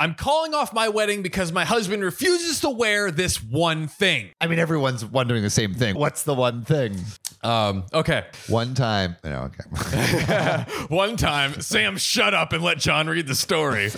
I'm calling off my wedding because my husband refuses to wear this one thing. I mean, everyone's wondering the same thing. What's the one thing? Um, okay. One time. No, okay. One time, Sam, shut up and let John read the story.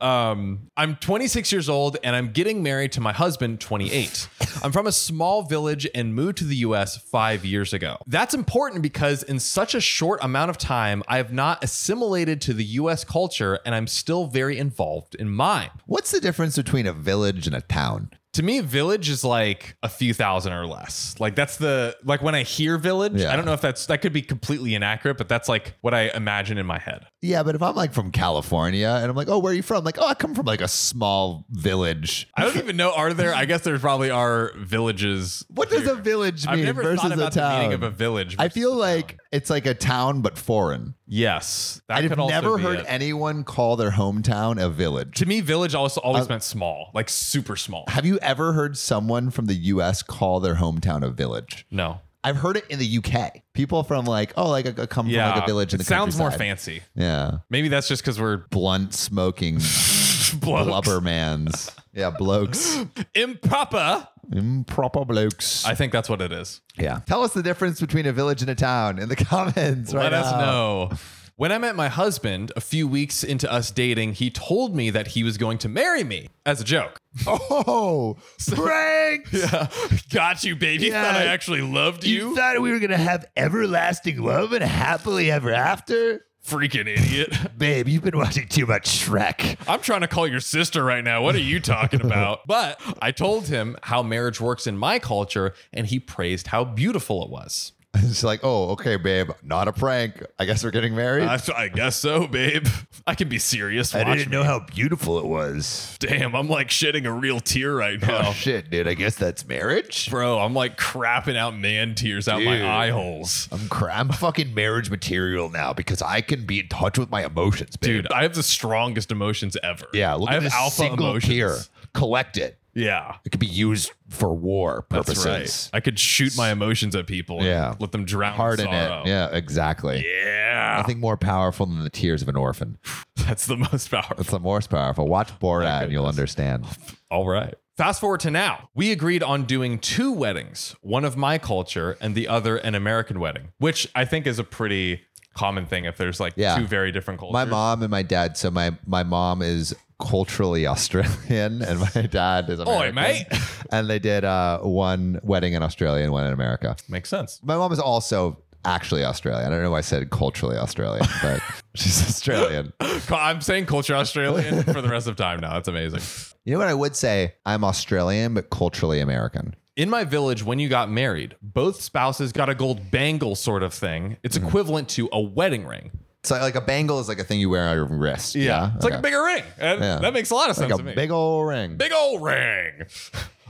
Um, I'm 26 years old and I'm getting married to my husband, 28. I'm from a small village and moved to the US five years ago. That's important because in such a short amount of time, I have not assimilated to the US culture and I'm still very involved in mine. What's the difference between a village and a town? To me, village is like a few thousand or less. Like that's the like when I hear village, Yeah. I don't know if that's that could be completely inaccurate, but that's like what I imagine in my head. Yeah, but if I'm like from California and I'm like, oh, where are you from? Like, oh, I come from like a small village. I don't even know. Are there? I guess there probably are villages. What does a village I've mean never versus thought about a the town? meaning of a village. I versus a feel like town. it's like a town but foreign. yes, that I've could also never be heard it. anyone call their hometown a village. To me, village also Uh, always meant small, like super small. Have you ever heard someone from the US call their hometown a village? No, I've heard it in the UK. People from like, oh, like I come yeah, from like a village in it the sounds more countryside. fancy. Yeah. Maybe that's just because we're Blunt smoking blokes. blubbermans. yeah, blokes. improper. Improper blokes. I think that's what it is. yeah. Tell us the difference between a village and a town in the comments right Let us now. know. When I met my husband a few weeks into us dating, he told me that he was going to marry me as a joke. Oh, prank! Yeah, got you, baby. Yeah. Thought I actually loved you. You thought we were gonna have everlasting love and happily ever after? Freaking idiot. Babe, you've been watching too much Shrek. I'm trying to call your sister right now. What are you talking about? But I told him how marriage works in my culture, and he praised how beautiful it was. It's like, oh, okay, babe, not a prank. I guess we're getting married. I, I guess so, babe. I can be serious. Watch me. how beautiful it was. Damn, I'm like shedding a real tear right now. Oh shit, dude! I guess that's marriage. Bro, I'm like crapping out man tears out Dude. my eye holes. I'm cra- I'm fucking marriage material now because I can be in touch with my emotions, babe. Dude, I have the strongest emotions ever. yeah, look I at have this alpha single emotions. tear. Collect it. Yeah. It could be used for war That's purposes. right. I could shoot my emotions at people. and Yeah. Let them drown in Harden sorrow. it. Yeah, exactly. Yeah. Nothing more powerful than the tears of an orphan. That's the most powerful. It's the most powerful. Watch Borat and you'll understand. All right. Fast forward to now. We agreed on doing two weddings, one of my culture and the other an American wedding, which I think is a pretty common thing if there's like Yeah. two very different cultures. My mom and my dad. So my my mom is culturally Australian, and my dad is American. mate. And they did uh, one wedding in Australia and one in America. Makes sense. My mom is also actually Australian. I don't know why I said culturally Australian, but she's Australian. I'm saying culture Australian for the rest of time now. That's amazing. You know what I would say? I'm Australian, but culturally American. In my village, when you got married, both spouses got a gold bangle sort of thing. It's Mm-hmm. equivalent to a wedding ring. So like a bangle is like a thing you wear on your wrist. Yeah, It's like a Okay. bigger ring. And Yeah. that makes a lot of sense Like to me. a big old ring. big old ring.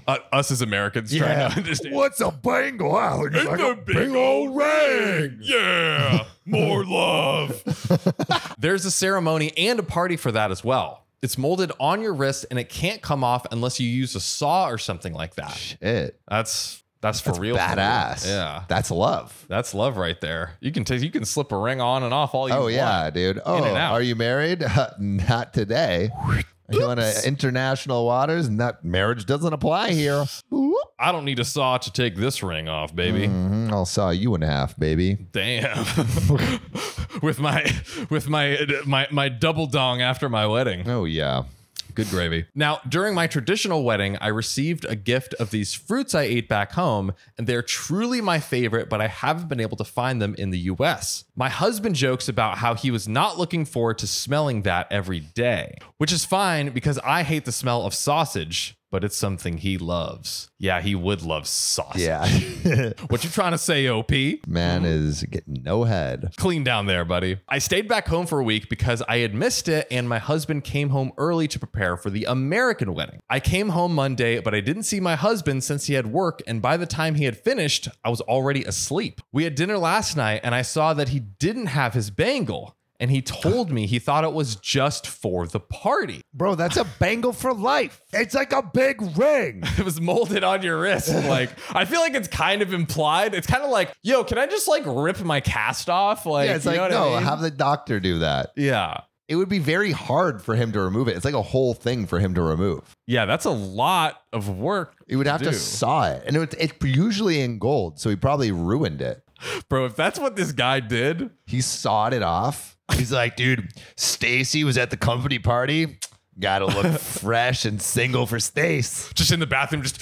Uh, us as Americans trying to understand. What's a bangle? Wow, it's like a big old ring. Yeah, more love. There's a ceremony and a party for that as well. It's molded on your wrist and it can't come off unless you use a saw or something like that. It That's that's for real. for real. badass. Yeah. that's love. That's love right there. You can take you can slip a ring on and off all you Oh want. yeah, dude. Oh, and out. are you married? not today. Are you on uh, international waters? Not marriage doesn't apply here. Whoop. I don't need a saw to take this ring off, baby. Mhm, I'll saw you in half, baby. Damn. with my with my my my double dong after my wedding. Oh yeah. Good gravy. Now, during my traditional wedding, I received a gift of these fruits I ate back home, and they're truly my favorite, but I haven't been able to find them in the US. My husband jokes about how he was not looking forward to smelling that every day, which is fine because I hate the smell of sausage, but it's something he loves. Yeah, he would love sausage. Yeah. What you trying to say, OP? Man is getting no head. clean down there, buddy. I stayed back home for a week because I had missed it, and my husband came home early to prepare for the American wedding. I came home Monday, but I didn't see my husband since he had work, and by the time he had finished, I was already asleep. We had dinner last night, and I saw that he didn't have his bangle. And he told me he thought it was just for the party. Bro, that's a bangle for life. It's like a big ring. It was molded on your wrist. Like, I feel like it's kind of implied. It's kind of like, yo, can I just like rip my cast off? Like, Yeah, it's you know like, what I no, mean? have the doctor do that. Yeah. It would be very hard for him to remove it. It's like a whole thing for him to remove. Yeah, that's a lot of work. He would have to do. saw it, and it, it's usually in gold, so he probably ruined it. Bro, if that's what this guy did, He sawed it off. He's like, dude, Stacy was at the company party. Gotta look fresh and single for Stace. just in the bathroom, just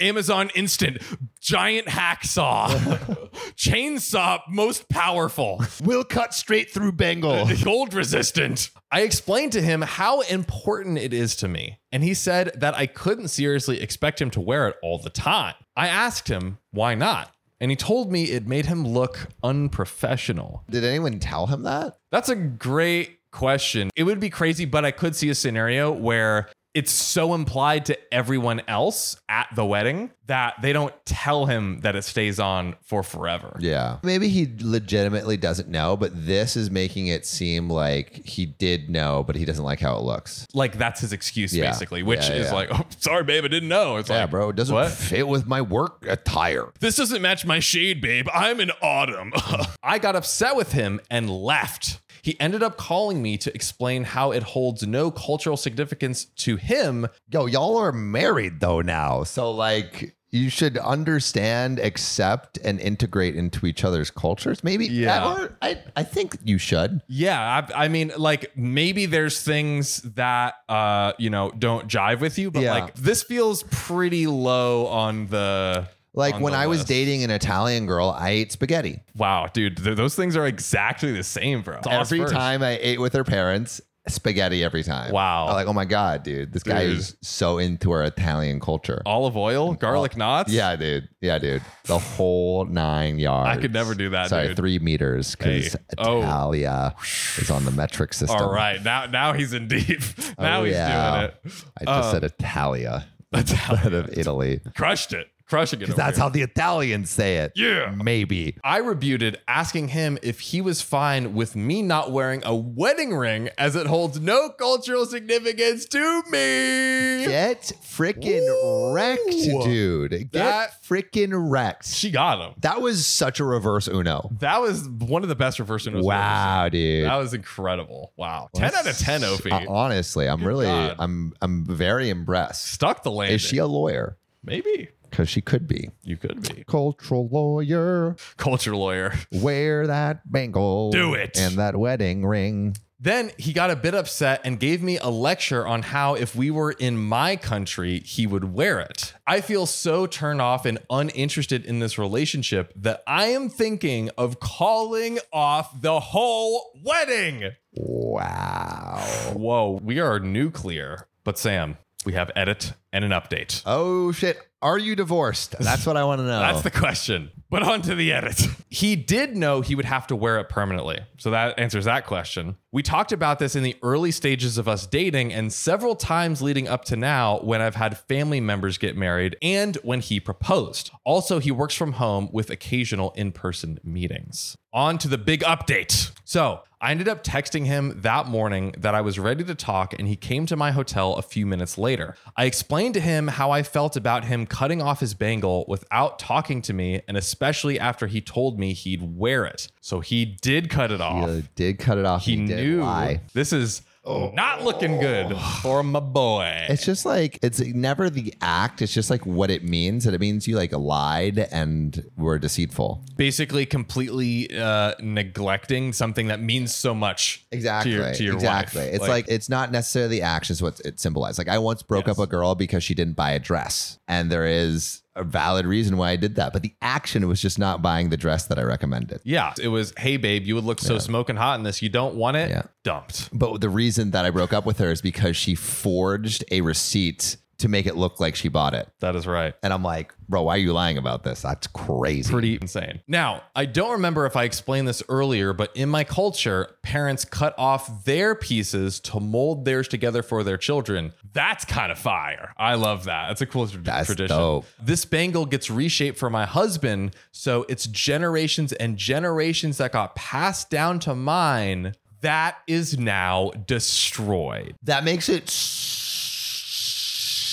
Amazon Instant, giant hacksaw, chainsaw, most powerful. We'll cut straight through Bengal. Gold resistant. I explained to him how important it is to me, and he said that I couldn't seriously expect him to wear it all the time. I asked him why not, and he told me it made him look unprofessional. Did anyone tell him that? That's a great question. It would be crazy, but I could see a scenario where it's so implied to everyone else at the wedding that they don't tell him that it stays on for forever. Yeah. Maybe he legitimately doesn't know, but this is making it seem like he did know, but he doesn't like how it looks. Like that's his excuse Yeah. basically, which Yeah, is yeah. like, oh, sorry, babe, I didn't know. It's Yeah, like, bro, it doesn't what? fit with my work attire. This doesn't match my shade, babe. I'm in autumn. I got upset with him and left. He ended up calling me to explain how it holds no cultural significance to him. Yo, y'all are married though now. So like you should understand, accept, and integrate into each other's cultures. Maybe Yeah. Or I, I think you should. Yeah, I, I mean, like maybe there's things that uh, you know don't jive with you, but Yeah. like this feels pretty low on the. Like on when the I was list. dating an Italian girl, I ate spaghetti. Wow, dude, th- those things are exactly the same, bro. Sauce every first. time I ate with her parents, spaghetti every time. Wow. I'm like, oh my God, dude. This guy Dude. Oh, is so into our Italian culture. olive oil, garlic knots. Yeah, dude. Yeah, dude. The whole nine yards. I could never do that, Sorry, dude. three meters because Hey. Oh. Italia is on the metric system. All right, now now he's in deep. now Oh, he's yeah. doing it. I just said Italia instead Um, Italian. of Italy. Crushed it, crushing it. over That's here. how the Italians say it. Yeah. Maybe. I rebuted, asking him if he was fine with me not wearing a wedding ring as it holds no cultural significance to me. Get freaking Ooh. wrecked, dude. Get That- freaking wrecked. She got him. That was such a reverse Uno. That was one of the best reverse Uno's I've ever Wow, seen. dude. That was incredible. Wow. 10 out of 10, Opie. Uh, honestly, I'm really, God. I'm, I'm very impressed. Stuck the landing. Is she a lawyer? Maybe. Because she could be. You could be. Cultural lawyer, Culture lawyer. wear that bangle. Do it. And that wedding ring. Then he got a bit upset and gave me a lecture on how if we were in my country, he would wear it. I feel so turned off and uninterested in this relationship that I am thinking of calling off the whole wedding. Wow. Whoa, we are nuclear. But Sam, we have edit and an update. Oh, shit. Are you divorced? That's what I want to know. That's the question. But on to the edit. He did know he would have to wear it permanently. So that answers that question. We talked about this in the early stages of us dating and several times leading up to now when I've had family members get married and when he proposed. Also, he works from home with occasional in person meetings. On to the big update. So, I ended up texting him that morning that I was ready to talk, and he came to my hotel a few minutes later. I explained to him how I felt about him cutting off his bangle without talking to me, and especially after he told me he'd wear it. So he did cut it off. He did cut it off. he did knew lie. this is not looking good for my boy. It's just like it's never the act. It's just like what it means, and it means you like lied and were deceitful. Basically, completely uh, neglecting something that means so much Exactly. to your, to your wife. exactly. It's like, it's not necessarily the action is what it symbolized. Like I once broke Yes. up a girl because she didn't buy a dress, and there is a valid reason why I did that, but the action was just not buying the dress that I recommended. Yeah, it was, hey, babe, you would look so smoking hot in this. You don't want it? Yeah. Dumped. But the reason that I broke up with her is because she forged a receipt to make it look like she bought it. That is right. And I'm like, bro, why are you lying about this? That's crazy. Pretty insane. Now, I don't remember if I explained this earlier, but in my culture, parents cut off their pieces to mold theirs together for their children. That's kind of fire. I love that. That's a cool tr- That's tradition. dope. This bangle gets reshaped for my husband. So it's generations and generations that got passed down to mine that is now destroyed. That makes it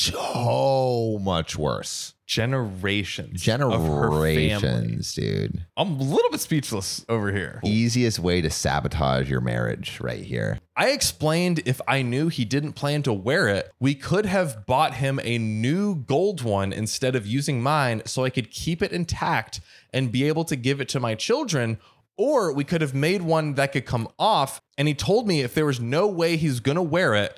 so much worse. Generations. of her family. Generations, dude. I'm a little bit speechless over here. Easiest way to sabotage your marriage right here. I explained if I knew he didn't plan to wear it, we could have bought him a new gold one instead of using mine so I could keep it intact and be able to give it to my children. Or we could have made one that could come off. And he told me if there was no way he's going to wear it,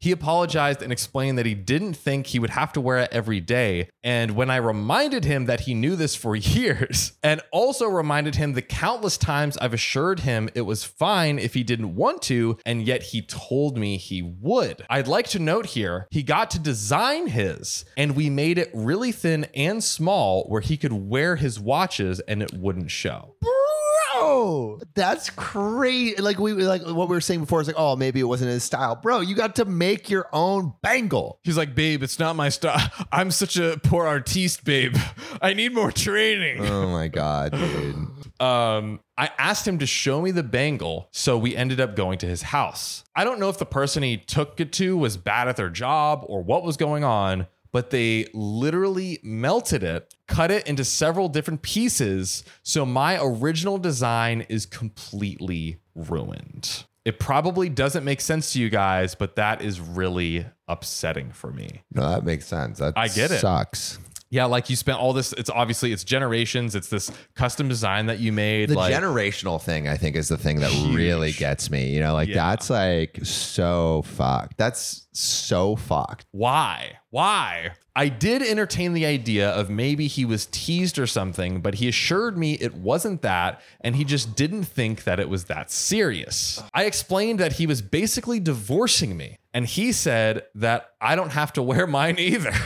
He apologized and explained that he didn't think he would have to wear it every day. And when I reminded him that he knew this for years, and also reminded him the countless times I've assured him it was fine if he didn't want to, and yet he told me he would. I'd like to note here, he got to design his, and we made it really thin and small where he could wear his watches and it wouldn't show. Bro, that's crazy. Like we like what we were saying before. It's like, oh, maybe it wasn't his style, bro. You got to make your own bangle. He's like, babe, it's not my stuff. I'm such a poor artiste, babe. I need more training. Oh my god, dude. um, I asked him to show me the bangle, so we ended up going to his house. I don't know if the person he took it to was bad at their job or what was going on, but they literally melted it, cut it into several different pieces, so my original design is completely ruined. It probably doesn't make sense to you guys, but that is really upsetting for me. No, that makes sense. That I get it. Sucks. Yeah, like you spent all this. It's obviously it's generations. It's this custom design that you made. The like, generational thing, I think, is the thing that really Huge. gets me. You know, like Yeah. that's like so fucked. That's so fucked. why? Why? I did entertain the idea of maybe he was teased or something, but he assured me it wasn't that, and he just didn't think that it was that serious. I explained that he was basically divorcing me, and he said that I don't have to wear mine either.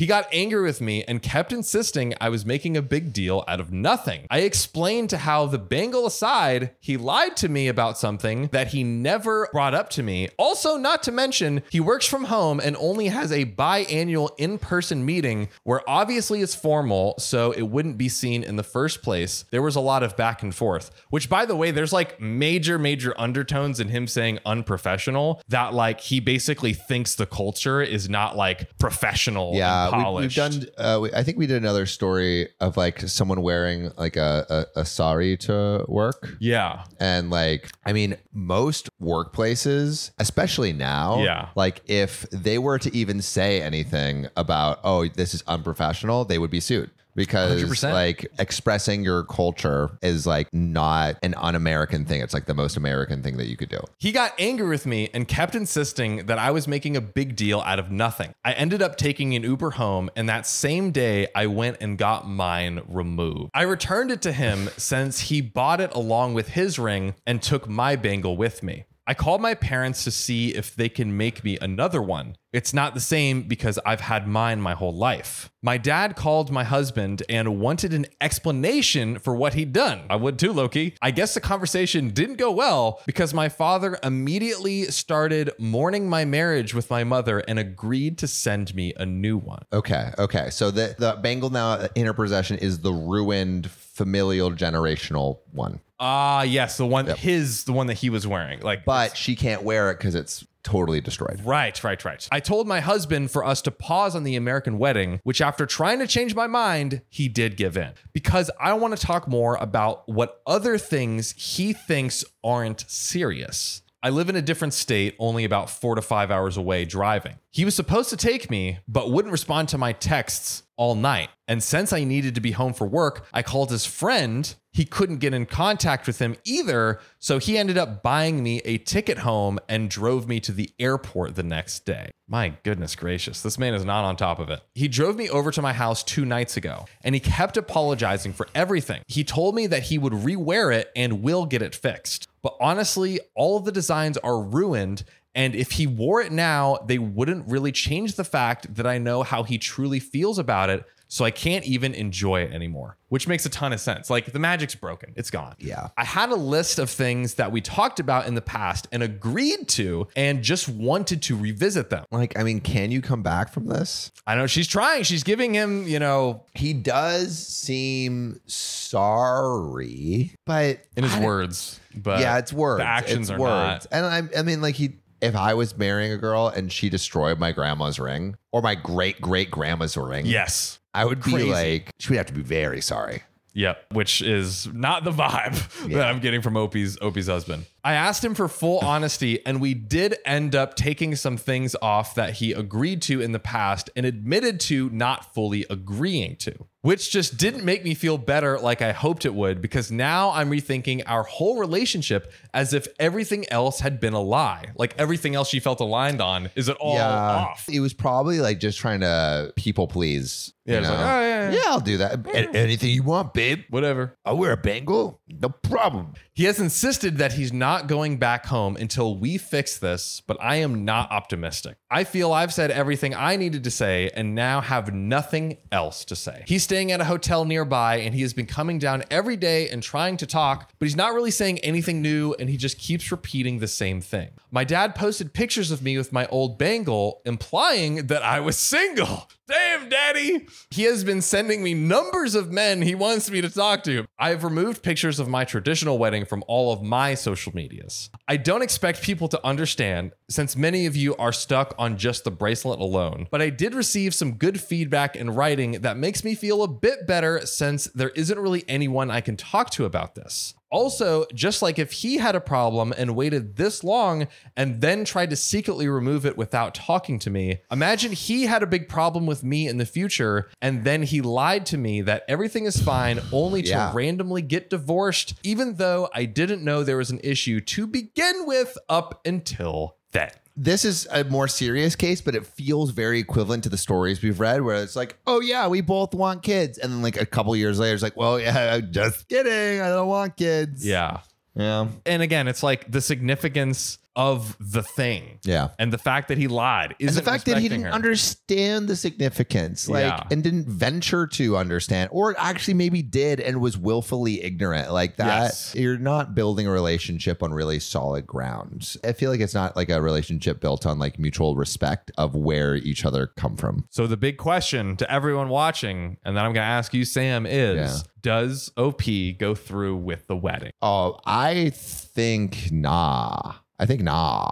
He got angry with me and kept insisting I was making a big deal out of nothing. I explained to how the bangle aside, he lied to me about something that he never brought up to me. Also, not to mention, he works from home and only has a biannual in person meeting where obviously it's formal, so it wouldn't be seen in the first place. There was a lot of back and forth, which, by the way, there's like major, major undertones in him saying unprofessional that like he basically thinks the culture is not like professional and Yeah, we, we've polished. done. Uh, we, I think we did another story of like someone wearing like a a, a sari to work, yeah. and like I mean, most workplaces, especially now, Yeah. like if they were to even say anything about oh this is unprofessional, they would be sued. Because 100%. like expressing your culture is like not an un-American thing. It's like the most American thing that you could do. He got angry with me and kept insisting that I was making a big deal out of nothing. I ended up taking an Uber home, and that same day, I went and got mine removed. I returned it to him since he bought it along with his ring and took my bangle with me. I called my parents to see if they can make me another one. It's not the same because I've had mine my whole life. My dad called my husband and wanted an explanation for what he'd done. I would too, Loki. I guess the conversation didn't go well because my father immediately started mourning my marriage with my mother and agreed to send me a new one. Okay, okay. So the the bangle now in her possession is the ruined familial generational one, Ah, yes, the one his the one that he was wearing. Like but she can't wear it because it's totally destroyed. Right, right, right. I told my husband for us to pause on the American wedding, which after trying to change my mind, he did give in. Because I want to talk more about what other things he thinks aren't serious. I live in a different state, only about four to five hours away driving. He was supposed to take me, but wouldn't respond to my texts all night. And since I needed to be home for work, I called his friend. He couldn't get in contact with him either. So he ended up buying me a ticket home and drove me to the airport the next day. My goodness gracious, this man is not on top of it. He drove me over to my house two nights ago and he kept apologizing for everything. He told me that he would rewear it and will get it fixed. But honestly, all of the designs are ruined and if he wore it now, they wouldn't really change the fact that I know how he truly feels about it. So I can't even enjoy it anymore, which makes a ton of sense. Like the magic's broken, it's gone. Yeah. I had a list of things that we talked about in the past and agreed to and just wanted to revisit them. Like, I mean, can you come back from this? I know she's trying, she's giving him, you know, He does seem sorry, but in his I- words, but yeah, it's words. The actions it's are words. words. And I, I mean, like he, if I was marrying a girl and she destroyed my grandma's ring or my great great grandma's ring, Yes. I would be Crazy. like, she would have to be very sorry. Yep, which is not the vibe that Yeah. I'm getting from Opie's Opie's husband. I asked him for full honesty, and we did end up taking some things off that he agreed to in the past and admitted to not fully agreeing to, which just didn't make me feel better like I hoped it would. Because now I'm rethinking our whole relationship as if everything else had been a lie, like everything else she felt aligned on is it all off? It was probably like just trying to people please. Yeah, you it's know? like, oh, yeah, yeah. I'll do that. A- anything you want, babe. Whatever. I'll wear a bangle. No problem. He has insisted that he's not going back home until we fix this, but I am not optimistic. I feel I've said everything I needed to say and now have nothing else to say. He's staying at a hotel nearby and he has been coming down every day and trying to talk, but he's not really saying anything new and he just keeps repeating the same thing. My dad posted pictures of me with my old bangle, implying that I was single. Damn, daddy. He has been sending me numbers of men he wants me to talk to. I've removed pictures of my traditional wedding from all of my social medias. I don't expect people to understand since many of you are stuck on just the bracelet alone, but I did receive some good feedback in writing that makes me feel a bit better since there isn't really anyone I can talk to about this. Also, just like if he had a problem and waited this long and then tried to secretly remove it without talking to me, imagine he had a big problem with me in the future and then he lied to me that everything is fine only to Yeah. randomly get divorced, even though I didn't know there was an issue to begin with up until then. This is a more serious case, but it feels very equivalent to the stories we've read where it's like, oh, yeah, we both want kids. And then, like, a couple years later, it's like, well, yeah, I'm just kidding. I don't want kids. Yeah. Yeah. And again, it's like the significance of the thing. Yeah. And the fact that he lied is And the fact that he didn't understand the significance, like, Yeah. and didn't venture to understand, or actually maybe did and was willfully ignorant, like that, Yes. you're not building a relationship on really solid ground. I feel like it's not like a relationship built on like mutual respect of where each other come from. So the big question to everyone watching, and then I'm going to ask you, Sam, is Yeah. does OP go through with the wedding? Oh, I think nah. I think nah.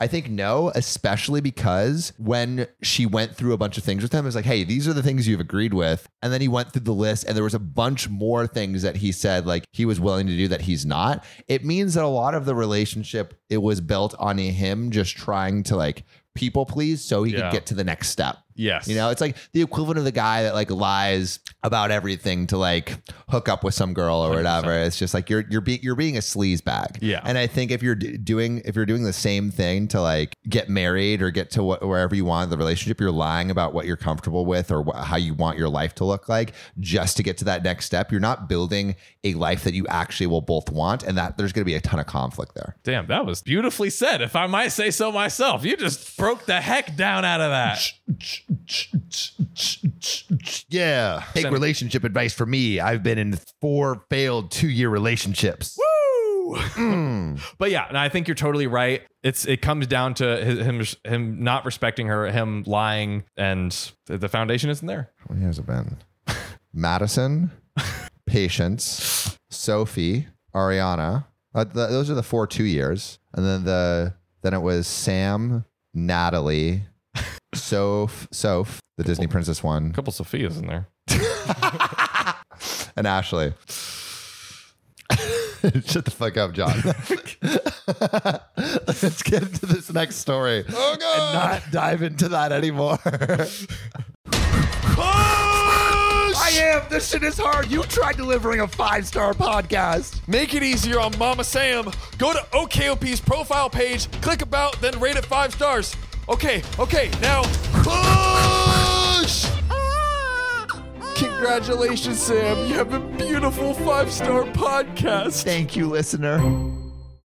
I think no, especially because when she went through a bunch of things with him, it was like, hey, these are the things you've agreed with. And then he went through the list and there was a bunch more things that he said like he was willing to do that he's not. It means that a lot of the relationship it was built on him just trying to like people please so he Yeah. could get to the next step. Yes. You know, it's like the equivalent of the guy that like lies about everything to like hook up with some girl or whatever. It's just like you're you're being you're being a sleaze bag. Yeah. And I think if you're d- doing if you're doing the same thing to like get married or get to what, wherever you want in the relationship, you're lying about what you're comfortable with or wh- how you want your life to look like just to get to that next step. You're not building a life that you actually will both want, and that there's going to be a ton of conflict there. Damn, that was beautifully said, if I might say so myself. You just broke the heck down out of that. Yeah. Take relationship advice from me. I've been in four failed two year relationships. Woo! Hmm. but yeah, and I think you're totally right. It's it comes down to hi- him him not respecting her, him lying, and th- the foundation isn't there. What years have been? Madison, Patience, Sophie, Ariana. Uh, th- those are the four two years, and then the then it was Sam, Natalie, Soph, Soph, the Disney princess A one, couple Sophias in there. and Ashley. Shut the fuck up, John. Let's get into this next story. Oh God. And not dive into that anymore. I am. This shit is hard. You tried delivering a five star podcast. Make it easier on Mama Sam. Go to OKOP's profile page, click about, then rate it five stars. Okay, okay, now push! Congratulations, Sam. You have a beautiful five star podcast. Thank you, listener.